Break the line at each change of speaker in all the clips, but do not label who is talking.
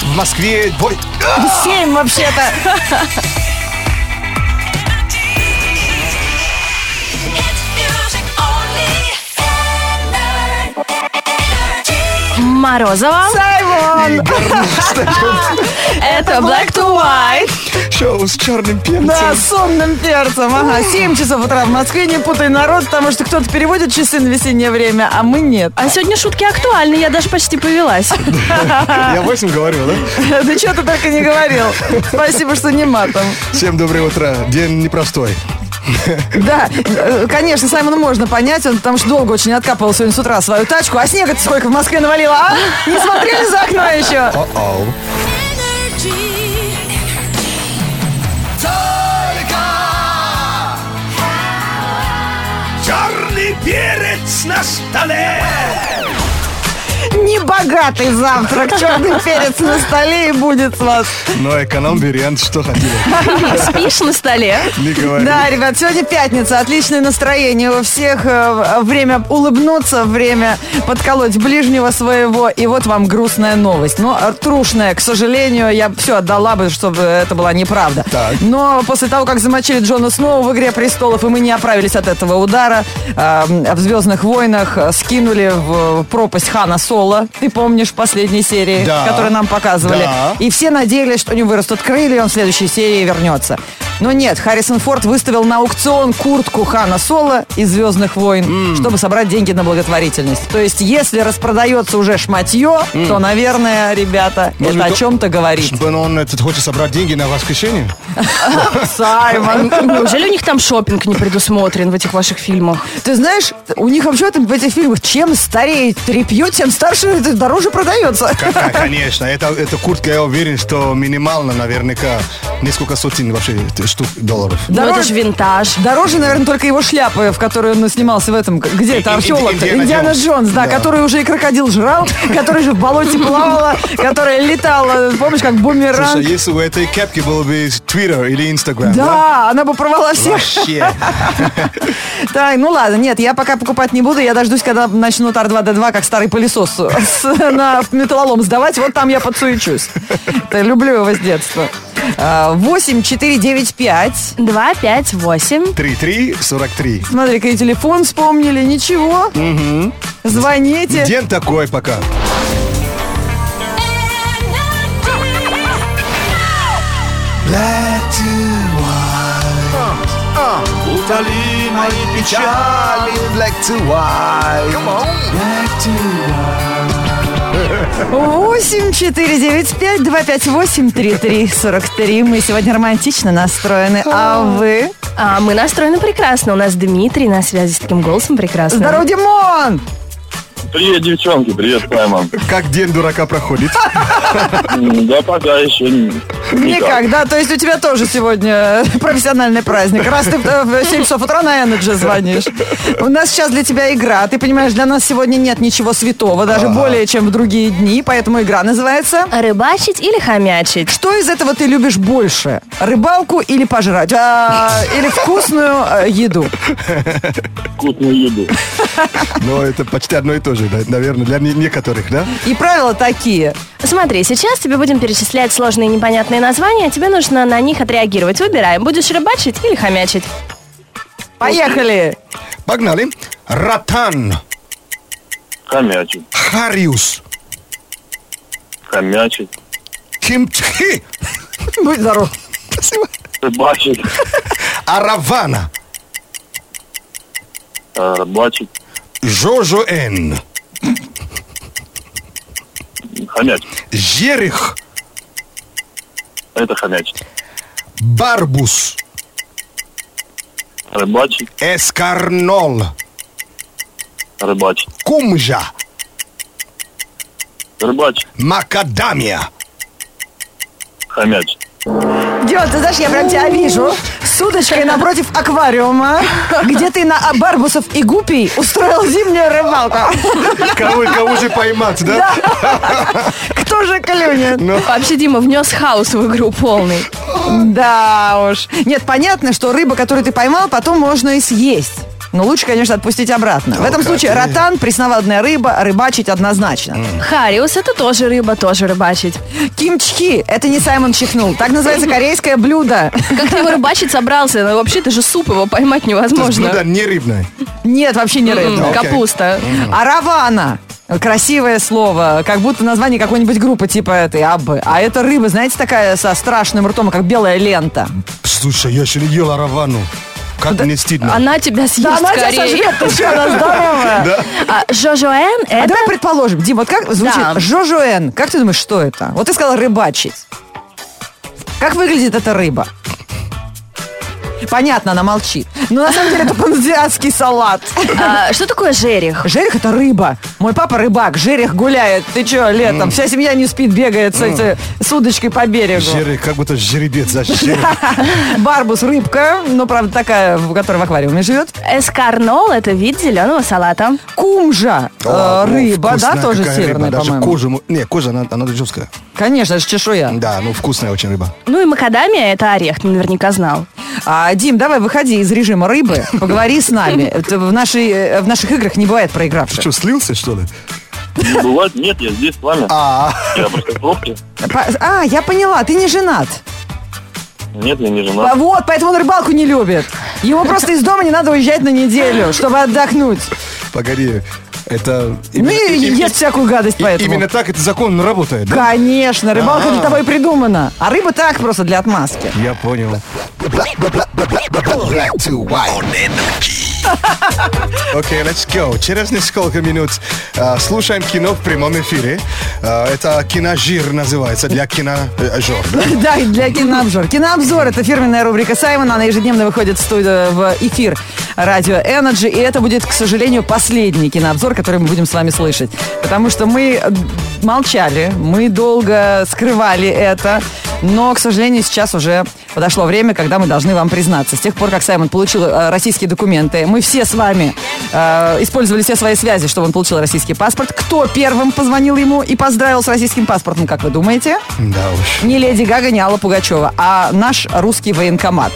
в Москве... бой-
Семь вообще-то. Морозова.
И горну
Это Black to White.
Шоу с черным
Да,
перцем.
с сонным перцем. Ага, 7 часов утра в Москве. Не путай народ, потому что кто-то переводит часы на весеннее время, а мы нет.
А сегодня шутки актуальны, я даже почти повелась.
Я 8 говорю, да?
Да что ты только не говорил. Спасибо, что не матом.
Всем доброе утро. День непростой.
Да, э, конечно, Саймона можно понять, он потому что долго очень откапывал сегодня с утра свою тачку, а снега сколько в Москве навалило, а? Не смотрели за окно еще?
О-оу.
Черный перец на столе!
Небогатый завтрак, черный перец на столе и будет с вас.
Но эконом вариант, что хотели.
Спишь на столе?
Не говори.
Да, ребят, сегодня пятница, отличное настроение у всех, э, время улыбнуться, время подколоть ближнего своего, и вот вам грустная новость, но э, трушная, к сожалению, я все отдала бы, чтобы это была неправда.
Так.
Но после того, как замочили Джона Сноу в «Игре престолов», и мы не оправились от этого удара, э, в «Звездных войнах» э, скинули в пропасть Хана Соло, ты помнишь, в последней серии,
Да.
которую нам показывали.
Да.
И все надеялись, что у него вырастут крылья, и он в следующей серии вернется. Но нет, Харрисон Форд выставил на аукцион куртку Хана Соло из «Звездных войн», чтобы собрать деньги на благотворительность. То есть, если распродается уже шматье, то, наверное, ребята,
Может
это
быть,
о чем-то говорит.
Чтобы он этот, хочет собрать деньги на воскрешение?
Саймон.
Неужели у них там шопинг не предусмотрен в этих ваших фильмах?
Ты знаешь, у них вообще в этих фильмах чем старее трепье, тем старше это дороже продается.
Да, конечно. Это, это куртка, я уверен, что минимально, наверняка, несколько сотен вообще штук долларов.
Ну, это
Дороже-
же винтаж.
Дороже, наверное, только его шляпы, в которой он снимался в этом, где это,
Ин-
археолог
Индиана
Индиана
Джонс.
Джонс, да,
Да.
который уже и крокодил жрал, который же в болоте плавала, которая летала, помнишь, как
Слушай,
бумеранг.
если у этой кепки был бы Twitter или Instagram, да?
Да, она бы порвала всех.
Вообще.
Да, ну ладно, нет, я пока покупать не буду, я дождусь, когда начнут R2-D2, как старый пылесос, с- на металлолом сдавать, вот там я подсуечусь. Это Люблю его с детства. А, 8 4 9 5.
Два, пять, восемь.
3-3-43.
Смотри-ка, и телефон вспомнили, ничего. Звоните.
День такой пока.
Утоли мои печали,
Black to white.
8 4 9 5 2 5 8 3 3 43. Мы сегодня романтично настроены, а вы?
А мы настроены прекрасно. У нас Дмитрий на связи с таким голосом прекрасно.
Здорово, Димон!
Привет, девчонки, привет, Саймон.
Как день дурака проходит?
М, Да пока еще не- никак.
Никак, да? То есть у тебя тоже сегодня профессиональный праздник. Раз ты э, в 7 часов утра на Energy звонишь. У нас сейчас для тебя игра. Ты понимаешь, для нас сегодня нет ничего святого, даже более, чем в другие дни. Поэтому игра называется...
Рыбачить или хомячить?
Что из этого ты любишь больше? Рыбалку или пожрать? А, или вкусную э, еду?
Вкусную еду.
Но это почти одно и то же, да, наверное, для не- некоторых, да?
И правила такие.
Смотри, сейчас тебе будем перечислять сложные непонятные названия, тебе нужно на них отреагировать. Выбирай, будешь рыбачить или хомячить.
Поехали!
Погнали. Ратан.
Хомячить,
Хариус.
хомячить,
Кимчхи.
Будь здоров.
рыбачить,
Аравана.
э, рыбачить,
Жожо Н.
хомячить.
Жерих.
Это хомячить.
Барбус.
Рыбачить,
Эскарнол.
рыбачить,
Кумжа.
рыбачить,
Макадамия.
хомячить.
Дион, ты знаешь, я прям тебя вижу с удочкой напротив аквариума, где ты на барбусов и гупий устроил зимнюю рыбалку.
Кого, кого же поймать, да?
Кто же клюнет?
Вообще, Дима внес хаос в игру полный.
Да уж. Нет, понятно, что рыба, которую ты поймал, потом можно и съесть. Но лучше, конечно, отпустить обратно. В этом
как
случае
ты.
ротан, пресноводная рыба, рыбачить однозначно.
Хариус – это тоже рыба, тоже рыбачить.
Кимчхи, это не Саймон чихнул. Так называется корейское блюдо.
Как ты его рыбачить собрался? Ну, вообще-то же суп его поймать
То есть,
невозможно.
Ну да, не рыбной.
Нет, вообще не
М,
рыба.
окей.
Капуста.
Аравана. А Красивое слово, как будто название какой-нибудь группы типа этой Аббы. А это рыба, знаете, такая со страшным ртом, как белая лента.
Слушай, я еще не ел аравану. Как мне стыдно.
Она тебя съест скорее.
сожрет, ты что, она здоровая.
А Жожоэн –
А
это...
давай предположим, Дим, вот как звучит
Да.
Жожуэн, как ты думаешь, что это? Вот ты сказал рыбачить. Как выглядит эта рыба? Понятно, она молчит. Но на самом деле это паназиатский салат.
а, что такое жерех?
Жерех это рыба. Мой папа рыбак, жерех гуляет. Ты чё, летом? Вся семья не спит, бегает с, этой- с удочкой по берегу.
Жереб, как будто жеребец, за жереб.
Барбус рыбка, ну, правда, такая, в которой в аквариуме живет.
Эскарнол – это вид зеленого салата.
Кумжа, э,
О,
рыба, да,
вкусная
тоже
какая рыба,
северная,
Даже
по-моему.
кожу... мо- Не, кожа, она, она жесткая.
Конечно, это ж чешуя.
Да, ну вкусная очень рыба.
Ну и макадамия – это орех, ты наверняка знал.
А, Дим, давай выходи из режима рыбы, поговори с нами. Это В, нашей, э, в наших играх не бывает проигравших.
Что, слился, что ли?
Не бывает, нет, я здесь с вами.
А,
Я просто в пробке.
По- А, я поняла, ты не женат.
Нет, я не
А
женат.
Вот, поэтому он рыбалку не любит. Ему просто из дома не надо уезжать на неделю, чтобы отдохнуть.
погоди, это...
Ну
именно-
и
и-
ест всякую гадость
и-
поэтому.
Именно так этот закон работает, да?
Конечно, рыбалка для того и придумана. А рыба так просто для отмазки.
Я понял. Окей, let's go. Через несколько минут а, слушаем кино в прямом эфире. А, это киножир называется, для киножор. да?
Да, и для кинообзор. Кинообзор – это фирменная рубрика Саймона. Она ежедневно выходит в студию- в эфир радио Energy. И это будет, к сожалению, последний кинообзор, который мы будем с вами слышать. Потому что мы э, молчали, мы долго скрывали это. Но, к сожалению, сейчас уже подошло время, когда мы должны вам признаться. С тех пор, как Саймон получил э, российские документы, мы все с вами э, использовали все свои связи, чтобы он получил российский паспорт. Кто первым позвонил ему и поздравил с российским паспортом, как вы думаете?
Да уж.
не Леди Гага, не Алла Пугачева, а наш русский военкомат.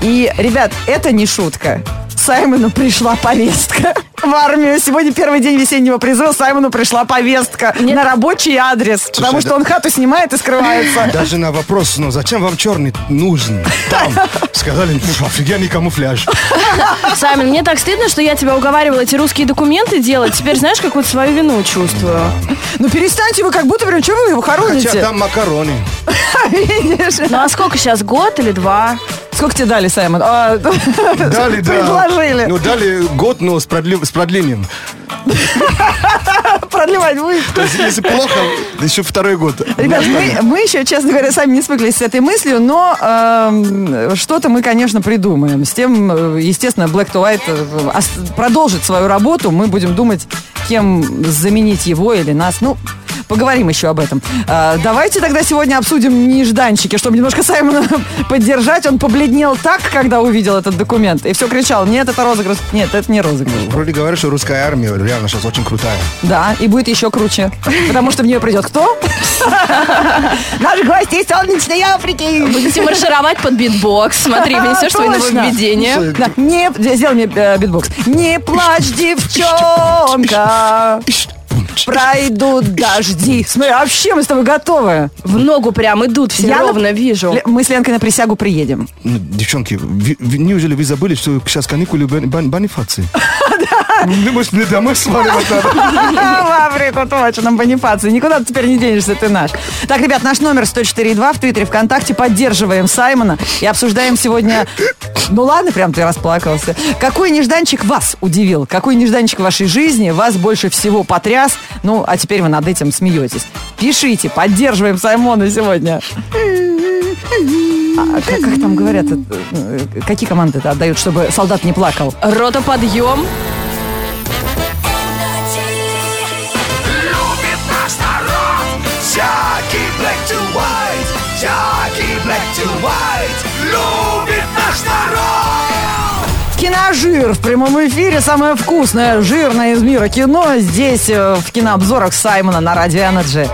И, ребят, это не шутка. Саймону пришла повестка в армию. Сегодня первый день весеннего призыва. Саймону пришла повестка на рабочий адрес. потому что
да-
он хату снимает и скрывается.
Даже на вопрос, ну зачем вам черный нужен? Там сказали, «Фу, офигенный камуфляж.
Саймон, мне так стыдно, что я тебя уговаривала эти русские документы делать. Теперь знаешь, как вот свою вину чувствую.
Ну перестаньте вы, как будто прям, что вы его хороните?
Хотя там макароны.
Видишь?
Ну а сколько сейчас, год или два?
Сколько тебе дали, Саймон? А,
Дали, да.
Предложили.
Ну, дали год, но с, продли- с продлением.
Продлевать вы.
То есть, если плохо, еще второй год.
Ребят, мы, мы еще, честно говоря, сами не свыклись с этой мыслью, но эм, что-то мы, конечно, придумаем. С тем, э, естественно, Black to White э, ос- продолжит свою работу. Мы будем думать, кем заменить его или нас. Ну, поговорим еще об этом. Э, давайте тогда сегодня обсудим нежданчики, чтобы немножко Саймона поддержать. Он побледнел так, когда увидел этот документ. И все кричал, нет, это розыгрыш. Нет, это не розыгрыш.
Вроде говорят, что русская армия реально сейчас очень крутая.
Да, и будет еще круче. Потому что в нее придет кто? Наш гость из солнечной Африки. А,
Будете маршировать под битбокс. Смотри, внесешь свои
Точно.
нововведения.
Да, не, сделай мне э, битбокс. Не плачь, девчонка. Пройдут дожди. Смотри, вообще мы с тобой готовы.
В ногу прям идут, все
на-
ровно вижу.
Ле- Мы с Ленкой на присягу приедем.
Ну, девчонки, ви- ви- неужели вы забыли, что сейчас каникулы бан- бан- банифации? Ну, может, мне домой сваливать надо?
В Африку точно, Бонифаций. Никуда ты теперь не денешься, ты наш. Так, ребят, наш номер 104.2 в Твиттере, ВКонтакте. Поддерживаем Саймона и обсуждаем сегодня... Ну ладно, прям ты расплакался. Какой нежданчик вас удивил? Какой нежданчик в вашей жизни вас больше всего потряс? Ну, а теперь вы над этим смеетесь. Пишите, поддерживаем Саймона сегодня. А как, как там говорят, э, э, какие команды это отдают, чтобы солдат не плакал?
Рота подъем.
Любит наш народ Всякий black to white Всякий black to white Любит наш народ
Киножир в прямом эфире. Самое вкусное, жирное из мира кино. Здесь э, в кинообзорах Саймона на Радио Energy.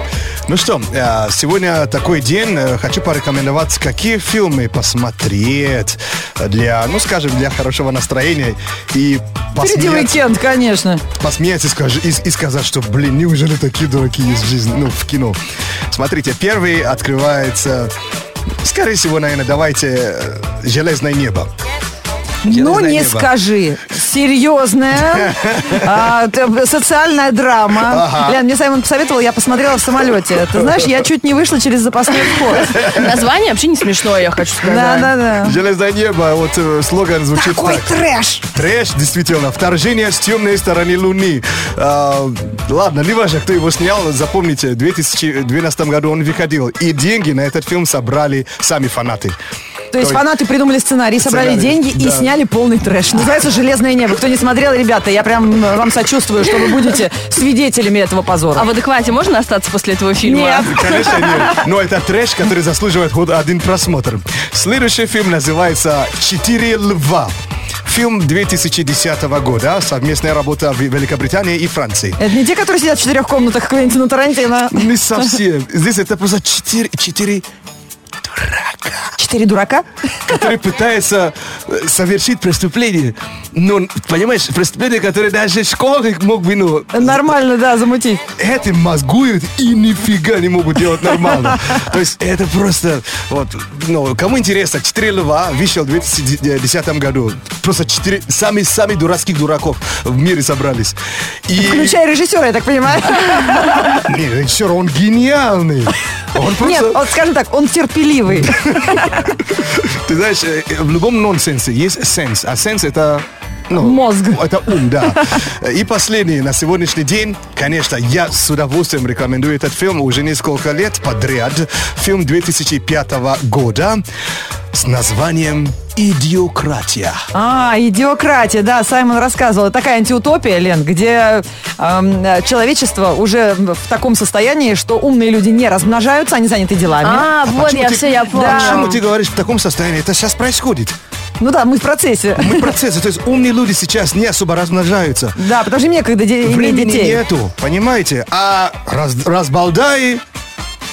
Ну что, э, сегодня такой день. Э, Хочу порекомендовать, какие фильмы посмотреть для, ну скажем, для хорошего настроения. И
Впереди
посмеяться,
уикенд, конечно.
посмеяться и, скажи- и- и сказать, что, блин, неужели такие дураки есть в жизни, ну, в кино. Смотрите, первый открывается, скорее всего, наверное, давайте э, «Железное небо».
Ну,
«Железное
не
небо».
скажи. Серьезная а, т- социальная драма.
Ага.
Лен, мне Саймон посоветовал, я посмотрела в самолете. Ты знаешь, я чуть не вышла через запасной вход.
Название вообще не смешное, я хочу сказать.
Да-да-да.
«Железное небо», вот э, слоган звучит
Какой
так.
трэш!
Трэш, действительно, вторжение с темной стороны Луны. А, ладно, неважно, кто его снял, запомните, в 2012 году он выходил. И деньги на этот фильм собрали сами фанаты.
То есть
Ой.
фанаты придумали сценарий, собрали
Сценарий,
деньги и
да.
сняли полный трэш. Называется «Железное небо». Кто не смотрел, ребята, я прям м, вам сочувствую, что вы будете свидетелями этого позора.
А в адеквате можно остаться после этого фильма?
Нет.
Конечно, нет. Но это трэш, который заслуживает хоть один просмотр. Следующий фильм называется «Четыре льва». Фильм 2010 года, совместная работа в Великобритании и Франции.
Это не те, которые сидят в четырех комнатах Квентина Тарантино.
Не совсем. Здесь это просто четыре, четыре
Четыре дурака?
который пытается э, совершить преступление. Но, понимаешь, преступление, которое даже школьник мог бы, ну,
Нормально, да, замутить.
это мозгуют и нифига не могут делать нормально. То есть это просто, вот, ну, кому интересно, 4 льва вышел в 2010 году. Просто четыре, сами, сами дурацких дураков в мире собрались. И...
Включай режиссера, я так понимаю.
Не, режиссер, он гениальный. Он
Нет,
просто...
вот скажем так, он терпеливый.
Ты знаешь, э, э, в любом нонсенсе есть сенс, а сенс это... ну,
Мозг.
Это ум, да. И последний на сегодняшний день, конечно, я с удовольствием рекомендую этот фильм уже несколько лет подряд. Фильм 2005 года с названием «Идиократия».
А, идиократия, да, Саймон рассказывал. Такая антиутопия, Лен, где эм, э, человечество уже в таком состоянии, что умные люди не размножаются, они заняты делами.
А, вот
почему
я
ты-
все, я помню.
Почему ты говоришь в таком состоянии? Это сейчас происходит.
Ну да, мы в процессе.
Мы процессы, то есть умные люди сейчас не особо размножаются.
Да, потому что мне когда де- иметь
Времени
детей.
нету, понимаете? А раз, разбалдаи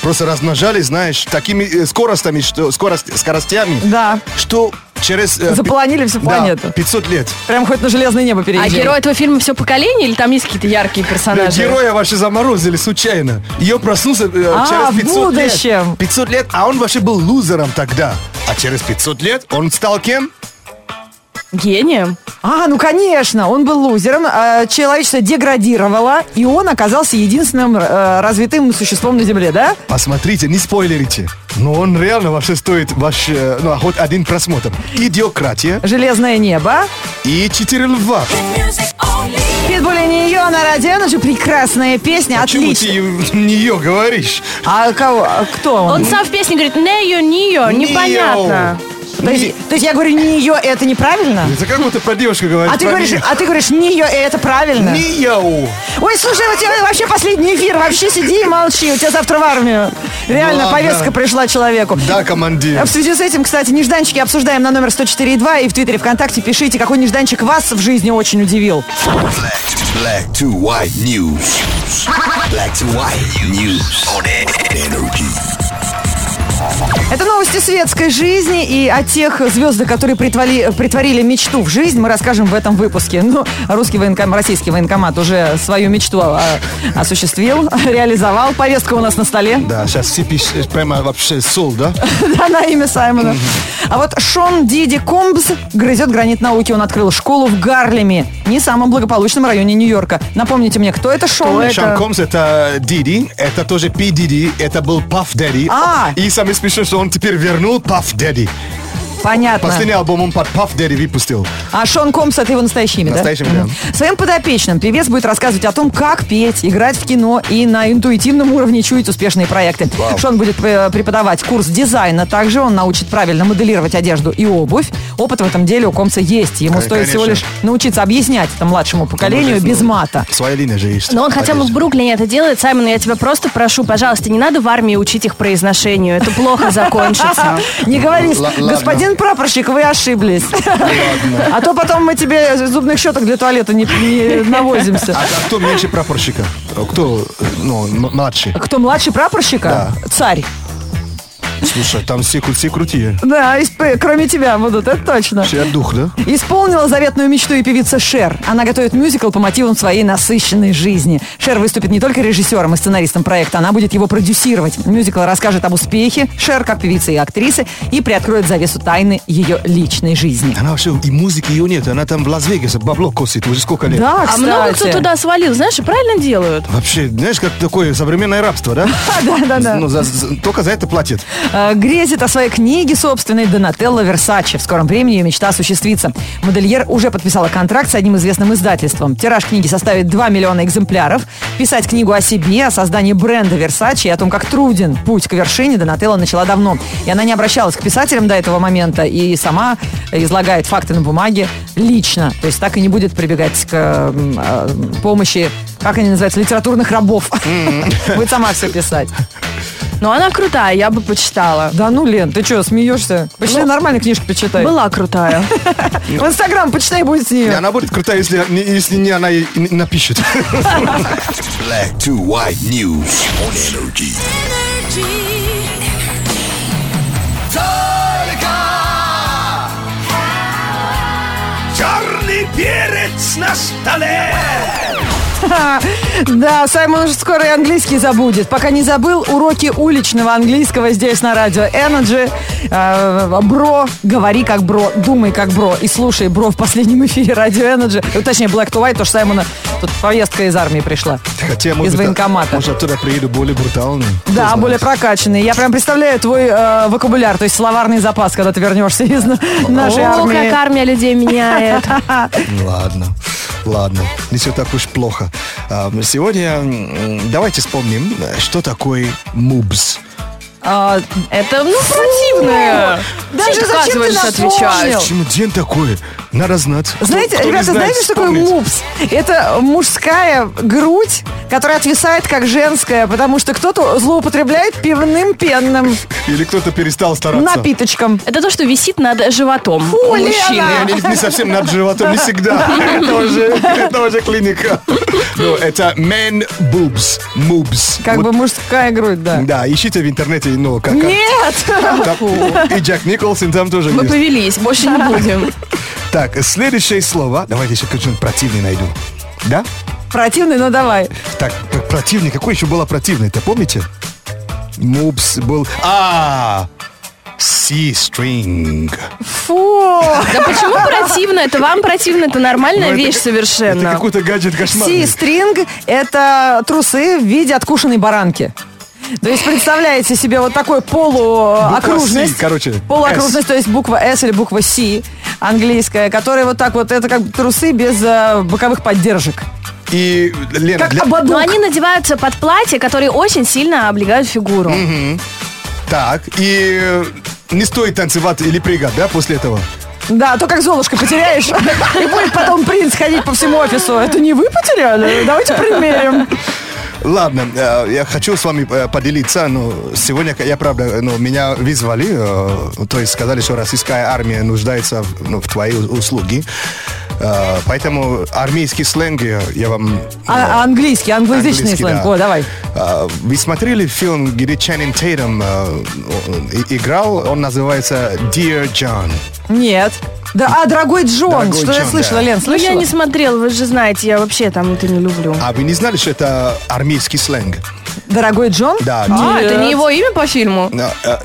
просто размножались, знаешь, такими э, скоростями, что, скорость, скоростями,
Да.
что через... э, пи-
Заполонили всю
да,
планету.
500 лет.
Прям хоть на железное небо перейди.
А герой этого фильма все поколение или там есть какие-то яркие
Да,
персонажи?
Э, героя вообще заморозили случайно. Ее проснулся э,
А, в
через 500
будущем.
лет. 500 лет, а он вообще был лузером тогда. А через 500 лет он стал кем?
Гением.
А, ну конечно, он был лузером, э, человечество деградировало, и он оказался единственным э, развитым существом на Земле, да?
Посмотрите, не спойлерите. Но он реально вообще стоит ваш, э, ну, хоть один просмотр. Идиократия
Железное небо.
и 4 льва.
Питбуль и нее на радио, ну же прекрасная песня,
Почему
отлично.
А ты нее говоришь?
А кого? а Кто он?
Он сам в песне говорит «Нею, нио», непонятно.
То, есть, то есть я говорю не ее, это неправильно?
Это как будто про девушку говоришь.
А ты
про
говоришь,
нее.
а ты говоришь не ее, и это правильно?
Нее.
Ой, слушай, у тебя вообще последний эфир, вообще сиди и молчи, у тебя завтра в армию. Реально,
Ну Ладно.
повестка пришла человеку.
Да, командир.
А В связи с этим, кстати, нежданчики обсуждаем на номер 104.2 и в Твиттере ВКонтакте пишите, какой нежданчик вас в жизни очень удивил.
Black to white news. Black to white news on energy.
Это новости светской жизни и о тех звездах, которые притвали- притворили мечту в жизнь, мы расскажем в этом выпуске. Ну, русский военком, российский военкомат уже свою мечту а, осуществил, реализовал. Повестка у нас на столе.
Да, сейчас все пишут прямо вообще сол, да?
Да, на имя Саймона. А вот Шон Диди Комбс грызет гранит науки. Он открыл школу в Гарлеме, не самом благополучном районе Нью-Йорка. Напомните мне, кто это Шон? Это-
Шан Комс это Диди, это тоже Пи Диди, это был Паф Дэдди.
А.
И самое смешное, что он теперь вернул Паф Дэдди.
Понятно.
Последний альбом он под Паф Дэдди выпустил.
А Шон Комс это его настоящее имя,
Настоящее
да?
имя,
Мгм. Своим подопечным певец будет рассказывать о том, как петь, играть в кино и на интуитивном уровне чуять успешные проекты. Шон будет э, преподавать курс дизайна. Также он научит правильно моделировать одежду и обуь. Опыт в этом деле у Комса есть. Ему
Кон-
стоит всего лишь
конечно.
научиться объяснять это младшему поколению без мата.
Своя линия же есть.
Но он хотя бы в
Конечно.
Бруклине это делает. Саймон, я тебя просто прошу, пожалуйста, не надо в армии учить их произношению. Это плохо закончится. А
Не говори,
Л- ладно.
господин Господин прапорщик, вы ошиблись. А то потом мы тебе зубных щеток для туалета не, не навозимся.
А, а кто меньше прапорщика? Кто, э, ну, м- младший?
Кто младше прапорщика? Царь.
Слушай, там все, кру- все крутые.
Да, исп- кроме тебя будут, это точно.
Вообще дух, да?
Исполнила заветную мечту и певица Шер. Она готовит мюзикл по мотивам своей насыщенной жизни. Шер выступит не только режиссером и сценаристом проекта, она будет его продюсировать. Мюзикл расскажет об успехе Шер как певицы и актрисы и приоткроет завесу тайны ее личной жизни.
Она вообще, ну, а и музыки ее нет, она там в Лас-Вегасе бабло косит уже сколько лет.
Да,
А много кто
кстати.
туда свалил, знаешь, и правильно делают.
Вообще, знаешь, как такое современное рабство, да?
А, да, да, да.
Ну, за- за- только за это платят.
Э, грезит о своей книге собственной Донателло Версачи. В скором времени ее мечта осуществится. Модельер уже подписала контракт с одним известным издательством. Тираж книги составит 2 миллиона экземпляров. Писать книгу о себе, о создании бренда Версачи и о том, как труден путь к вершине Донателло начала давно. И она не обращалась к писателям до этого момента и сама излагает факты на бумаге лично. То есть так и не будет прибегать к м, э, помощи, как они называются, литературных рабов. Будет сама все писать.
Но она крутая, я бы почитала.
Да ну, Лен, ты что, смеешься? Почитай нормальные книжки, почитай.
Была крутая.
В Инстаграм почитай, будет с
И
нее.
она будет крутая, если, не- если не она ей не напишет.
Black to white news on energy. Только черный перец на столе.
Да, Саймон уже скоро и английский забудет. Пока не забыл, уроки уличного английского здесь на радио Energy. Э, Бро, говори как бро, думай как бро и слушай бро в последнем эфире радио Energy. Э, Точнее, Black to White, потому что Саймона тут повестка из армии пришла.
Хотя,
из
может, а-
военкомата.
Может, оттуда приеду более брутальный.
Да, более прокачанный. Я прям представляю твой э, вокабуляр, то есть словарный запас, когда ты вернешься из на- нашей
О,
армии.
как армия людей меняет.
Ну, Ладно, ладно, не все так уж плохо. А, Сегодня м, давайте вспомним, э, что такое мубс.
А,
Это, ну, противное.
Даже зачем
Ты
ты
отказываешься
нас
отвечать.
вспомнил?
Почему день такой? Надо знать.
Знаете,
Кто- кто не
ребята,
знает,
знаете, что такое
вспомнить.
мупс? Это мужская грудь, которая отвисает как женская, потому что кто-то злоупотребляет пивным пенным
Или кто-то перестал стараться.
напиточком.
Это то, что висит над животом у
Лена!
мужчины.
Не, не- не совсем над животом, не всегда. Это уже, это уже клиника. Ну, это man boobs, moobs.
Как
Вот,
бы мужская грудь, да.
Да, ищите в интернете, ну, как...
Нет!
там- и Джек Николсон там тоже
Мы
Ну,
есть.
повелись, больше не будем.
Так, следующее слово. Давайте еще какой-нибудь противный найду. Да?
Противный, но давай.
Так, про- противный. Какой еще было противный-то, помните? Мубс был... А! Си-стринг.
Фу!
Да почему противно? Это вам противно, это нормальная вещь
Это
совершенно.
какой-то гаджет кошмарный.
Си-стринг – это трусы в виде откушенной баранки. То есть представляете себе вот такой полуокружность.
Буква «Си», короче,
Полуокружность, то есть буква S или буква C английская, которая вот так вот, это как трусы без э, боковых поддержек.
И, Лена,
Как
для- Ну,
ободок.
Но они надеваются под платья, которые очень сильно облегают фигуру.
Так, и э, не стоит танцевать или прыгать, да, после этого?
Да, то как Золушка потеряешь, и будет потом принц ходить по всему офису. Это не вы потеряли? Давайте примерим.
Ладно, э, я хочу с вами э, поделиться, но сегодня к- я, правда, ну, меня вызвали, э, то есть сказали, что российская армия нуждается в, ну, в твоей у- услуги. Э, Поэтому армейский сленг э, я вам...
А- а английский, англоязычный
Английский,
сленг.
да.
О, давай.
А, Вы смотрели фильм, где Ченнинг Тейтом э, и- играл? Он называется «Dear John».
Нет. Да, а, дорогой Джон,
Дорогой
что я
Джон,
слышала,
да.
Лен,
Ну,
слышала?
я не смотрел, вы же знаете, я вообще там это не люблю.
А вы не знали, что это армейский сленг?
Дорогой Джон?
Да.
А,
Нет.
это не его имя по фильму?
Ну, э,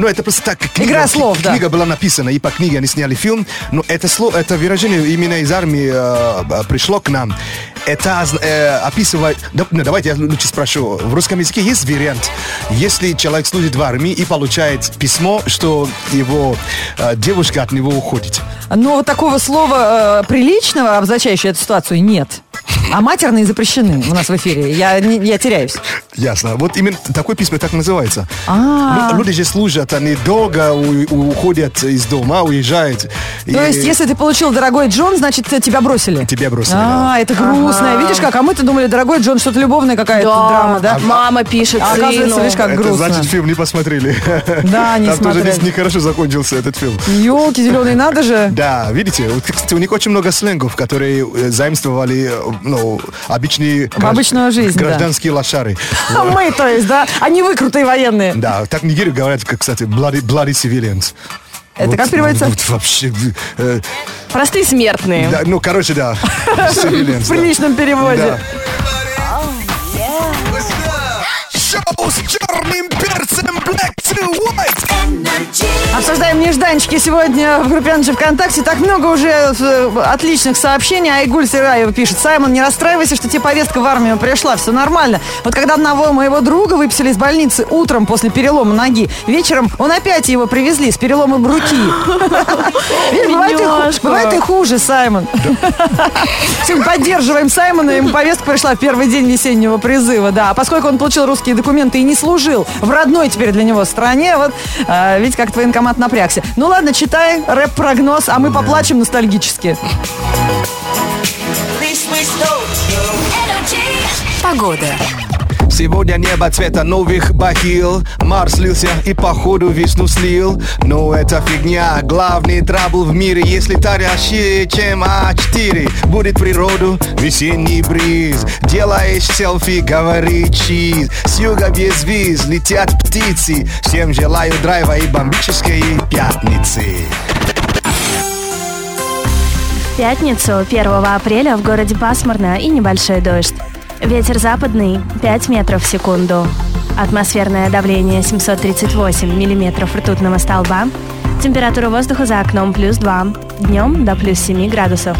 ну, это просто так. как Книга,
Игра слов,
кни-
да.
Книга была написана, и по книге они сняли фильм. Но это слово, это выражение именно из армии э, пришло к нам. Это оз- э, описывает... Да, ну, давайте я лучше спрошу. В русском языке есть вариант, если человек служит в армии и получает письмо, что его э, девушка от него уходит.
Но Ну, вот такого слова э, приличного, обозначающего эту ситуацию, нет. А матерные запрещены у нас в эфире. Я, не- я теряюсь.
Ясно. Вот именно такое письмо так называется.
А.
Лю- Люди же служат, они долго у- у- уходят из дома, уезжают.
То есть, если ты получил дорогой Джон, значит, э, тебя бросили.
Тебя бросили. да.
А, это грустно. Видишь как? А мы-то думали, дорогой Джон, что-то любовная какая-то драма, да?
Мама пишет
А оказывается,
сыну.
видишь, как
это
грустно.
значит, фильм не посмотрели.
Да, не
Там тоже
смотрели.
здесь нехорошо закончился этот фильм.
Елки зеленые, надо же.
Да, видите, вот, кстати, у них очень много сленгов, которые э, заимствовали э, ну, обычные гражд-
Обычную жизнь, да.
гражданские лошары.
А мы, то есть, да? Они вы крутые военные.
Да, так в Нигерии говорят, как, кстати, bloody, bloody civilians.
Это как переводится?
вот вообще, э,
Простые смертные.
да, ну, короче, да, civilians.
В
да.
приличном переводе.
Да.
Шоу с черным перцем Black to White.
Обсуждаем нежданчики сегодня в группе Анджи ВКонтакте. Так много уже э, отличных сообщений. Айгуль Сираева пишет. Саймон, не расстраивайся, что тебе повестка в армию пришла. Все нормально. Вот когда одного моего друга выписали из больницы утром после перелома ноги, вечером он опять его привезли с переломом руки. Видишь, бывает и ху-
Милашка.
Бывает и хуже, Саймон. Сегодня поддерживаем Саймона, ему повестка пришла в первый день весеннего призыва, да. А поскольку он получил русские документы и не служил в родной теперь для него стране, вот, а, видите, как военкомат напрягся. Ну ладно, читай рэп-прогноз, а мы поплачем ностальгически.
Сегодня небо цвета новых бахил Марс слился и походу весну слил Но это фигня, главный трабл в мире Если та ряще, чем А4 Будет природу весенний бриз Делаешь селфи, говори чиз С юга без виз летят птицы Всем желаю драйва и бомбической пятницы
В пятницу, 1 апреля, в городе пасмурно и небольшой дождь. Ветер западный 5 метров в секунду. Атмосферное давление 738 миллиметров ртутного столба. Температура воздуха за окном плюс 2. Днем до плюс 7 градусов.